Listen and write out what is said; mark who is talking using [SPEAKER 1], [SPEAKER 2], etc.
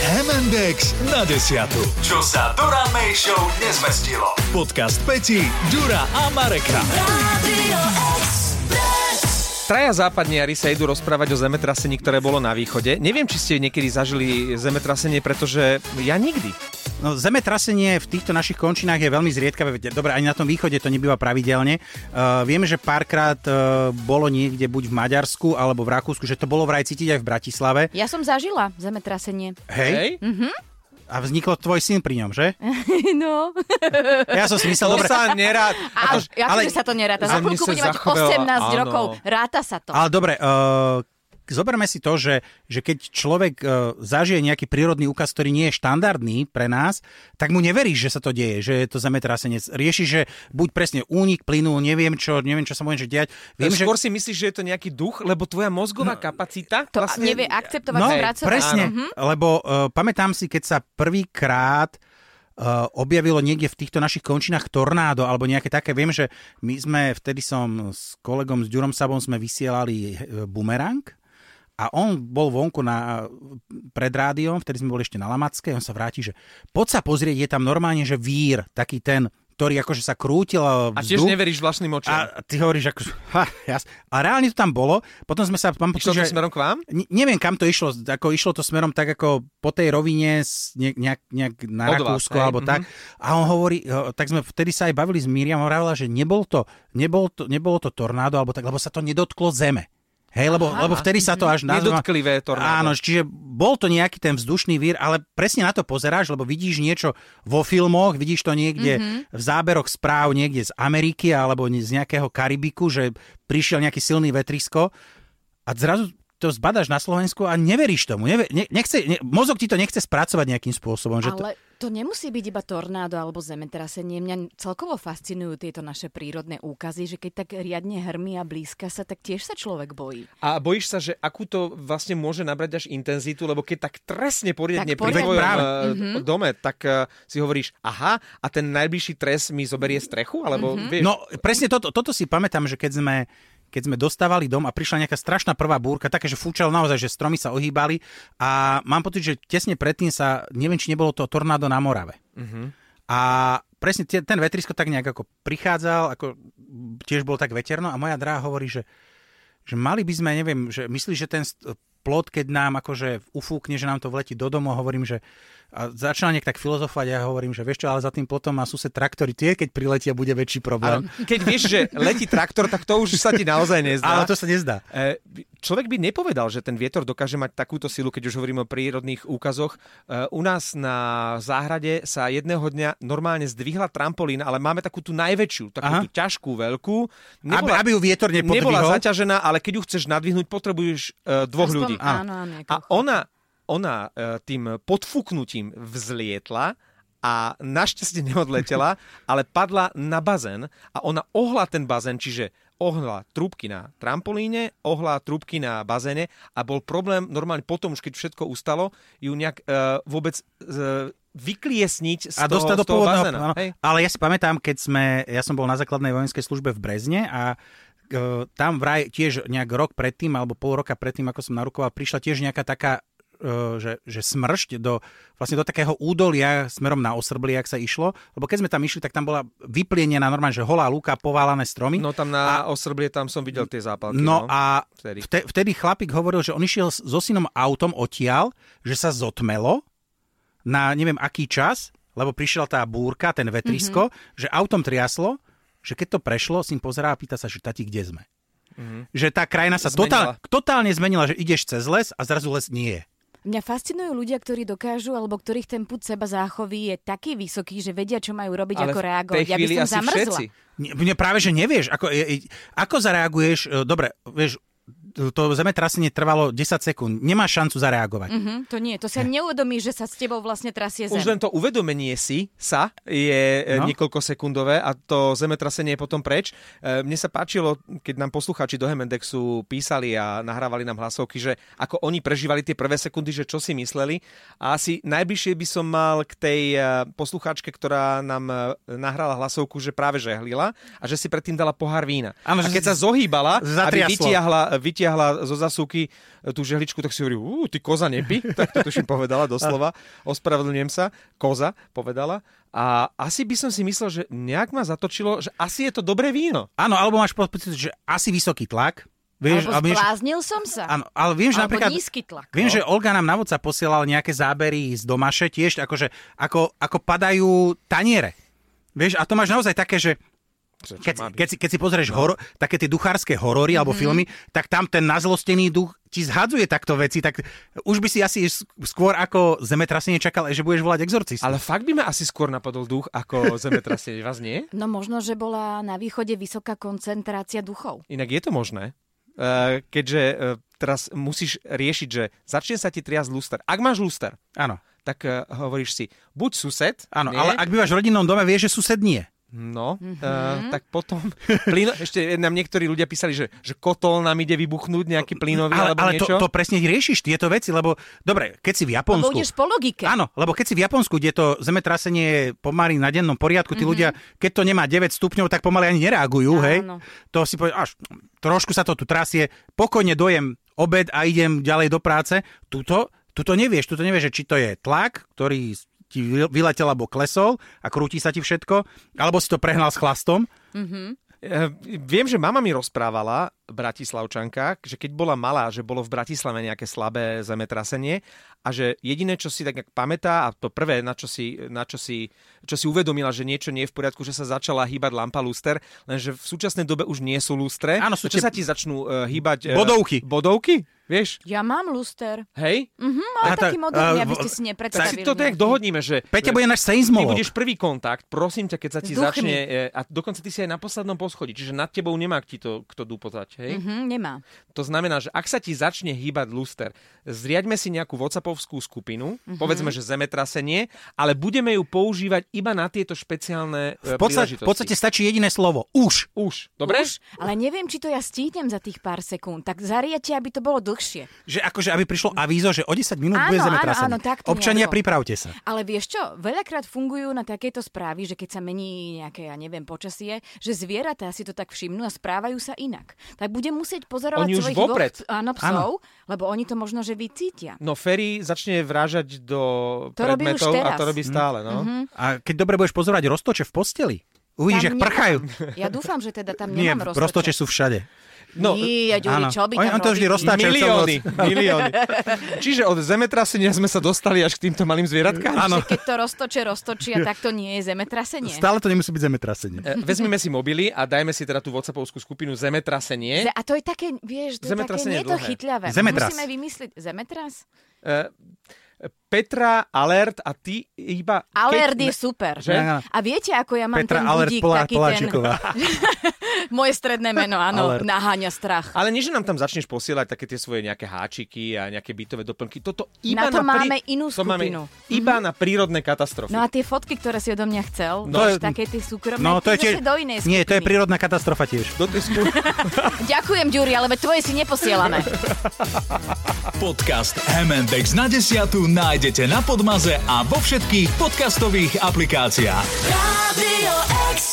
[SPEAKER 1] M&X na desiatu. Čo sa Dura May Show nezmestilo. Podcast Peti, Dura a Mareka.
[SPEAKER 2] Traja západniari sa idú rozprávať o zemetrasení, ktoré bolo na východe. Neviem, či ste niekedy zažili zemetrasenie, pretože ja nikdy.
[SPEAKER 3] No, zemetrasenie v týchto našich končinách je veľmi zriedkavé. Veď, Dobre, ani na tom východe to nebýva pravidelne. Uh, vieme, že párkrát uh, bolo niekde buď v Maďarsku alebo v Rakúsku, že to bolo vraj cítiť aj v Bratislave.
[SPEAKER 4] Ja som zažila zemetrasenie.
[SPEAKER 3] Hej?
[SPEAKER 2] Hej? Mhm.
[SPEAKER 3] A vznikol tvoj syn pri ňom, že?
[SPEAKER 4] No.
[SPEAKER 3] Ja som si
[SPEAKER 2] To
[SPEAKER 3] myslel, dobre.
[SPEAKER 2] sa nerad...
[SPEAKER 4] A,
[SPEAKER 3] Akož-
[SPEAKER 4] ja, ale...
[SPEAKER 3] ale-
[SPEAKER 4] sa to neráta. Za
[SPEAKER 2] Ale mne
[SPEAKER 4] chvíľku
[SPEAKER 2] sa
[SPEAKER 4] budem mať
[SPEAKER 2] zachovela-
[SPEAKER 4] 18
[SPEAKER 2] áno.
[SPEAKER 4] rokov. Ráta sa to.
[SPEAKER 3] Ale dobre, uh, zoberme si to, že, že keď človek uh, zažije nejaký prírodný úkaz, ktorý nie je štandardný pre nás, tak mu neveríš, že sa to deje, že je to zemetrasenie. Riešiš, že buď presne únik plynu, neviem čo, neviem čo sa môže diať. Viem, že...
[SPEAKER 2] Skôr si myslíš, že No. je to nejaký duch, lebo tvoja mozgová kapacita
[SPEAKER 4] To
[SPEAKER 2] vlastne...
[SPEAKER 4] nevie akceptovať
[SPEAKER 3] No,
[SPEAKER 4] spracovať.
[SPEAKER 3] presne,
[SPEAKER 4] Mhm.
[SPEAKER 3] lebo uh, pamätám si, keď sa prvýkrát uh, objavilo niekde v týchto našich končinách tornádo alebo nejaké také. Viem, že my sme, vtedy som s kolegom, s Ďurom Sabom, sme vysielali eh, bumerang a on bol vonku na, pred rádiom, vtedy sme boli ešte na Lamacké, on sa vráti, že poď sa pozrieť, je tam normálne, že vír, taký ten, ktorý akože sa krútil eh,
[SPEAKER 2] A tiež
[SPEAKER 3] vzduch.
[SPEAKER 2] neveríš vlastným očiam.
[SPEAKER 3] a ty hovoríš, ako, ha, jas. a reálne to tam bolo. Potom sme sa, mám
[SPEAKER 2] Išlo to
[SPEAKER 3] pocit, že...
[SPEAKER 2] smerom k vám?
[SPEAKER 3] Ne- neviem, kam to išlo. Ako išlo to smerom tak ako po tej rovine s ne- nejak, nejak
[SPEAKER 2] Od
[SPEAKER 3] na
[SPEAKER 2] vás,
[SPEAKER 3] Rakúsko
[SPEAKER 2] hej,
[SPEAKER 3] alebo
[SPEAKER 2] mhm.
[SPEAKER 3] tak. A on hovorí, eh, tak sme vtedy sa aj bavili s Miriam, hovorila, že nebol to, nebol to, nebolo to tornádo alebo tak, lebo sa to nedotklo zeme. Hej, lebo, lebo vtedy sa to až nazva-
[SPEAKER 2] mhm. Nedotklivé tornádo.
[SPEAKER 3] Áno, čiže bol to nejaký ten vzdušný vír, ale presne na to pozeráš, lebo vidíš niečo vo filmoch, vidíš to niekde
[SPEAKER 2] Mhm.
[SPEAKER 3] mm-hmm. v záberoch správ niekde z Ameriky alebo ne- z nejakého Karibiku, že prišiel nejaký silný vetrisko a zrazu to zbadaš na Slovensku a neveríš tomu. Neve, ne, nechce, ne, mozog ti to nechce spracovať nejakým spôsobom. Že to,
[SPEAKER 4] Ale to nemusí byť iba tornádo alebo zemetrasenie. Mňa celkovo fascinujú tieto naše prírodné úkazy, že keď tak riadne hrmi a blízka sa, tak tiež sa človek bojí.
[SPEAKER 2] A bojíš sa, že akú to vlastne môže nabrať až intenzitu, lebo keď tak trestne poriadne pri
[SPEAKER 4] Tak poriadne. Mhm.
[SPEAKER 2] tvojom
[SPEAKER 3] Práve.
[SPEAKER 2] mm-hmm. dome, tak eh, si hovoríš, aha, a ten najbližší trest mi zoberie strechu? Alebo
[SPEAKER 4] Mhm.
[SPEAKER 2] mm-hmm. vieš,
[SPEAKER 3] No, presne toto, toto si pamätám, že keď sme, keď sme dostávali dom a prišla nejaká strašná prvá búrka, také, že fúčal naozaj, že stromy sa ohýbali a mám pocit, že tesne predtým sa, neviem, či nebolo to tornádo na Morave. A presne tie, ten vetrisko tak nejak ako prichádzal, ako tiež bolo tak veterno a moja dráha hovorí, že, že mali by sme, neviem, že myslíš, že ten st- plot, keď nám akože ufúkne, že nám to vletí do domu, hovorím, že a začal nejak tak filozofovať a ja hovorím, že vieš čo, ale za tým plotom má sused traktory, tie keď priletia, bude väčší
[SPEAKER 2] ale
[SPEAKER 3] problém.
[SPEAKER 2] keď vieš, že letí traktor, tak to už sa ti naozaj nezdá.
[SPEAKER 3] Ale to sa nezdá.
[SPEAKER 2] E, Človek by nepovedal, že ten vietor dokáže mať takúto silu, keď už hovoríme o prírodných úkazoch. E, U nás na záhrade sa jedného dňa normálne zdvihla trampolína, ale máme takú tú najväčšiu, takú
[SPEAKER 3] Aha.
[SPEAKER 2] tú ťažkú, veľkú.
[SPEAKER 3] aby ju vietor nepodvihol?
[SPEAKER 2] Nebola zaťažená, ale keď ju chceš nadvihnúť, potrebuješ e, dvoch ľudí.
[SPEAKER 4] Aspoň- áno, áno,
[SPEAKER 2] A
[SPEAKER 4] ako-
[SPEAKER 2] ona, ona e, tým podfúknutím vzlietla a našťastie neodletela, ale padla na bazén a ona ohla ten bazén, čiže ohla trúbky na trampolíne, ohla trúbky na bazéne a bol problém normálne potom, už keď všetko ustalo, ju nejak e, vôbec e, vykliesniť z
[SPEAKER 3] a
[SPEAKER 2] toho,
[SPEAKER 3] dostať do
[SPEAKER 2] z toho
[SPEAKER 3] pôvodného
[SPEAKER 2] bazéna.
[SPEAKER 3] áno.
[SPEAKER 2] Hej.
[SPEAKER 3] Ale ja si pamätám, keď sme, ja som bol na základnej vojenskej službe v Brezne a e, tam vraj tiež nejak rok predtým, alebo pol roka predtým, ako som narukoval, prišla tiež nejaká taká e, že, že smršť do, vlastne do takého údolia smerom na Osrbli, ak sa išlo. Lebo keď sme tam išli, tak tam bola vyplienená normálne, že holá lúka, poválané stromy.
[SPEAKER 2] No tam na Osrblie, tam som videl tie zápalky.
[SPEAKER 3] No a
[SPEAKER 2] Vtedy.
[SPEAKER 3] vtedy. vtedy chlapík hovoril, že on išiel s- so synom autom odtiaľ, že sa zotmelo na neviem aký čas, lebo prišla tá búrka, ten vetrisko, mm-hmm. že autom triaslo, že keď to prešlo, syn pozerá a pýta sa, že tati, kde sme? Mm-hmm. Že tá krajina sa
[SPEAKER 2] Zmenila.
[SPEAKER 3] totál, totálne zmenila, že ideš cez les a zrazu les nie je.
[SPEAKER 4] Mňa fascinujú ľudia, ktorí dokážu, alebo ktorých ten put seba záchovy je taký vysoký, že vedia, čo majú robiť,
[SPEAKER 2] ale
[SPEAKER 4] ako
[SPEAKER 2] v tej
[SPEAKER 4] reagovať. Ja by
[SPEAKER 2] chvíli
[SPEAKER 4] som
[SPEAKER 2] asi
[SPEAKER 4] zamrzla.
[SPEAKER 2] všetci.
[SPEAKER 3] Ne- Mne práve, že nevieš, ako, e- e- ako zareaguješ, e, dobre, vieš, to- to zemetrasenie trvalo 10 sekúnd, nemáš šancu zareagovať.
[SPEAKER 4] Mhm, to nie,
[SPEAKER 3] Eh.
[SPEAKER 4] to sa neuvedomí, že sa s tebou vlastne trasie zem.
[SPEAKER 2] Už len to uvedomenie si sa je no.
[SPEAKER 3] No.
[SPEAKER 2] niekoľko sekundové a to zemetrasenie je potom preč. E, Mne sa páčilo, keď nám poslucháči do Hemendexu písali a nahrávali nám hlasovky, že ako oni prežívali tie prvé sekundy, že čo si mysleli. A asi najbližšie by som mal k tej e, poslucháčke, ktorá nám e, nahrala hlasovku, že práve žehlila a že si predtým dala pohár vína. a
[SPEAKER 3] Áno, že
[SPEAKER 2] keď sa zohýbala, aby
[SPEAKER 3] zatriaslo.
[SPEAKER 2] vytiahla, vytiahla vytiahla zo zasuky tú žehličku, tak si hovorí, ú, ty koza nepí, tak to tuším povedala doslova, ospravedlňujem sa, koza povedala. A asi by som si myslel, že nejak ma zatočilo, že asi je to dobré víno.
[SPEAKER 3] Áno, alebo máš pocit, že asi vysoký tlak. Vieš,
[SPEAKER 4] Alebo
[SPEAKER 3] a vieš-
[SPEAKER 4] zbláznil som sa.
[SPEAKER 3] Áno, ale viem, že
[SPEAKER 4] Alebo
[SPEAKER 3] napríklad...
[SPEAKER 4] nízky tlak.
[SPEAKER 3] Viem, že Olga nám na WhatsApp posielala nejaké zábery z domaše tiež, akože ako, ako padajú taniere. Vieš, a to máš naozaj také, že
[SPEAKER 2] Čo- čo
[SPEAKER 3] keď,
[SPEAKER 2] má byť?
[SPEAKER 3] keď, si, keď si pozrieš no. horo, také tie duchárske horory
[SPEAKER 4] Mhm.
[SPEAKER 3] alebo filmy, tak tam ten nazlostený duch ti zhadzuje takto veci, tak už by si asi s- skôr ako zemetrasenie čakal, že budeš volať exorcistu.
[SPEAKER 2] Ale fakt by ma asi skôr napadol duch ako zemetrasenie, vás nie?
[SPEAKER 4] No možno, že bola na východe vysoká koncentrácia duchov.
[SPEAKER 2] Inak je to možné, Eh, keďže eh, teraz musíš riešiť, že začne sa ti triasť luster. Ak máš luster,
[SPEAKER 3] Áno,
[SPEAKER 2] tak eh, hovoríš si, buď sused,
[SPEAKER 3] áno
[SPEAKER 2] nie?
[SPEAKER 3] ale ak bývaš v rodinnom dome, vieš, že sused nie.
[SPEAKER 2] No, mm-hmm. uh, tak potom... Plíno, ešte nám niektorí ľudia písali, že, že kotol nám ide vybuchnúť nejaký plynový
[SPEAKER 3] Ale,
[SPEAKER 2] alebo
[SPEAKER 3] ale to,
[SPEAKER 2] niečo.
[SPEAKER 3] to presne riešiš, tieto veci, lebo dobre, keď si v
[SPEAKER 4] Lebo
[SPEAKER 3] Japonsku...
[SPEAKER 4] ideš po logike.
[SPEAKER 3] Áno, lebo keď si v Japonsku, kde to zemetrasenie je pomaly na dennom poriadku, tí mm-hmm. ľudia, keď to nemá 9 stupňov, tak pomaly ani nereagujú, hej.
[SPEAKER 4] Mhm. Áno.
[SPEAKER 3] To si povie, až trošku sa to tu trasie, pokojne dojem obed a idem ďalej do práce. Tuto, tuto nevieš, tuto nevieš, že či to je tlak, ktorý ti vy- vyletel alebo klesol a krúti sa ti všetko, alebo si to prehnal s chlastom.
[SPEAKER 2] Eh, Viem, že mama mi rozprávala, bratislavčanka, že keď bola malá, že bolo v Bratislave nejaké slabé zemetrasenie a že jediné, čo si tak nejak pamätá a to prvé, na čo si, na čo si, čo si uvedomila, že niečo nie je v poriadku, že sa začala hýbať lampa luster, lenže v súčasnej dobe už nie sú lustre.
[SPEAKER 3] Áno, sú
[SPEAKER 2] čo
[SPEAKER 3] tie-
[SPEAKER 2] sa ti začnú eh, hýbať... eh,
[SPEAKER 3] Bodovky.
[SPEAKER 2] Bodovky, vieš?
[SPEAKER 4] Ja mám luster.
[SPEAKER 2] Hej?
[SPEAKER 4] Mhm,
[SPEAKER 3] A
[SPEAKER 4] ale
[SPEAKER 3] tak,
[SPEAKER 4] taký moderný,
[SPEAKER 3] a
[SPEAKER 4] aby
[SPEAKER 3] v-
[SPEAKER 4] ste si
[SPEAKER 2] Tak si
[SPEAKER 4] nepredstavili.
[SPEAKER 2] to tak dohodníme, že...
[SPEAKER 3] Peťa bude náš
[SPEAKER 2] Ty
[SPEAKER 3] seizmolog.
[SPEAKER 2] budeš prvý kontakt, prosím ťa, keď sa ti
[SPEAKER 4] S duchmi.
[SPEAKER 2] začne... eh, A dokonca ty si aj na poslednom poschodí, čiže nad tebou nemá ti to kto dupotať, hej?
[SPEAKER 4] Mhm, nemá.
[SPEAKER 2] To znamená, že ak sa ti začne hýbať luster, zriaďme si nejakú WhatsAppovskú skupinu,
[SPEAKER 4] Mhm.
[SPEAKER 2] mm-hmm. povedzme, že zemetrasenie, ale budeme ju používať iba na tieto špeciálne e,
[SPEAKER 3] V podstate, v podstate stačí jediné slovo. Už.
[SPEAKER 2] Už, dobre?
[SPEAKER 4] Už, ale neviem, či to ja stihnem za tých pár sekúnd. Tak zariate, aby to bolo dlhšie.
[SPEAKER 3] Že akože, aby prišlo avízo, že o 10 minút
[SPEAKER 4] Áno,
[SPEAKER 3] bude
[SPEAKER 4] áno,
[SPEAKER 3] zemetrasenie.
[SPEAKER 4] áno, tak to
[SPEAKER 3] Občania,
[SPEAKER 4] nejako.
[SPEAKER 3] pripravte sa.
[SPEAKER 4] Ale vieš čo, veľakrát fungujú na takéto správy, že keď sa mení nejaké, ja neviem, počasie, že zvieratá si to tak všimnú a správajú sa inak. Tak budem musieť pozorovať
[SPEAKER 2] Oni už
[SPEAKER 4] svojich
[SPEAKER 2] vopred.
[SPEAKER 4] dvoch, áno, psov, lebo oni to možno, že vycítia.
[SPEAKER 2] No Ferry začne vrážať do
[SPEAKER 4] To robí už
[SPEAKER 2] predmetov a
[SPEAKER 4] teraz. Mhm.
[SPEAKER 2] to robí stále, no. Mm-hmm.
[SPEAKER 3] A keď dobre budeš pozorovať roztoče v posteli, uvidíš,
[SPEAKER 4] Tam
[SPEAKER 3] jak
[SPEAKER 4] nemám.
[SPEAKER 3] prchajú.
[SPEAKER 4] Ja dúfam, že teda tam
[SPEAKER 3] Nie,
[SPEAKER 4] nemám
[SPEAKER 3] roztoče sú všade.
[SPEAKER 2] No,
[SPEAKER 4] Nie, Ďuri, čo
[SPEAKER 3] on,
[SPEAKER 4] by tam
[SPEAKER 3] on to vždy
[SPEAKER 4] robili?
[SPEAKER 3] roztáča celú
[SPEAKER 2] milióny,
[SPEAKER 3] noc.
[SPEAKER 2] milióny. Čiže od zemetrasenia sme sa dostali až k týmto malým zvieratkám?
[SPEAKER 3] Áno,
[SPEAKER 4] Že keď to roztoče, roztočia, tak to nie je zemetrasenie.
[SPEAKER 3] stále to nemusí byť zemetrasenie.
[SPEAKER 2] E, Vezmime si mobily a dajme si teda tú WhatsAppovskú skupinu Zemetrasenie.
[SPEAKER 4] Ze- A to je také, vieš, to je také,
[SPEAKER 2] Zemetrasenie
[SPEAKER 4] nie je to
[SPEAKER 2] dlhé.
[SPEAKER 4] chytľavé.
[SPEAKER 3] Zemetras.
[SPEAKER 4] Musíme vymysliť zemetras.
[SPEAKER 2] E, Petra, Alert a ty iba... keď-
[SPEAKER 4] Alert je super.
[SPEAKER 2] Že?
[SPEAKER 3] Áno.
[SPEAKER 4] A viete, ako ja mám
[SPEAKER 3] Petra
[SPEAKER 4] ten
[SPEAKER 3] Alert
[SPEAKER 4] budík,
[SPEAKER 3] Polá-
[SPEAKER 4] taký
[SPEAKER 3] Poláčiková.
[SPEAKER 4] ten... Moje stredné meno, áno,
[SPEAKER 3] Alert.
[SPEAKER 4] naháňa strach.
[SPEAKER 2] Ale nie, že nám tam začneš posielať také tie svoje nejaké háčiky a nejaké bytové doplnky. Toto iba
[SPEAKER 4] Na to
[SPEAKER 2] pri-
[SPEAKER 4] máme inú
[SPEAKER 2] to máme
[SPEAKER 4] skupinu.
[SPEAKER 2] Iba na prírodné katastrofy.
[SPEAKER 4] No a tie fotky, ktoré si odo mňa chcel,
[SPEAKER 3] No,
[SPEAKER 4] no,
[SPEAKER 3] to je-
[SPEAKER 4] také tie súkromné,
[SPEAKER 3] No, to je tiež...
[SPEAKER 4] zase do inej skupiny.
[SPEAKER 3] Nie, to je prírodná katastrofa tiež.
[SPEAKER 2] Do tej sku-
[SPEAKER 4] Ďakujem, Ďuri, ale veď tvoje si neposielame.
[SPEAKER 1] Podcast MNDX na desiatu nájdete na Podmaze a vo všetkých podcastových aplikáciách.
[SPEAKER 5] Radio X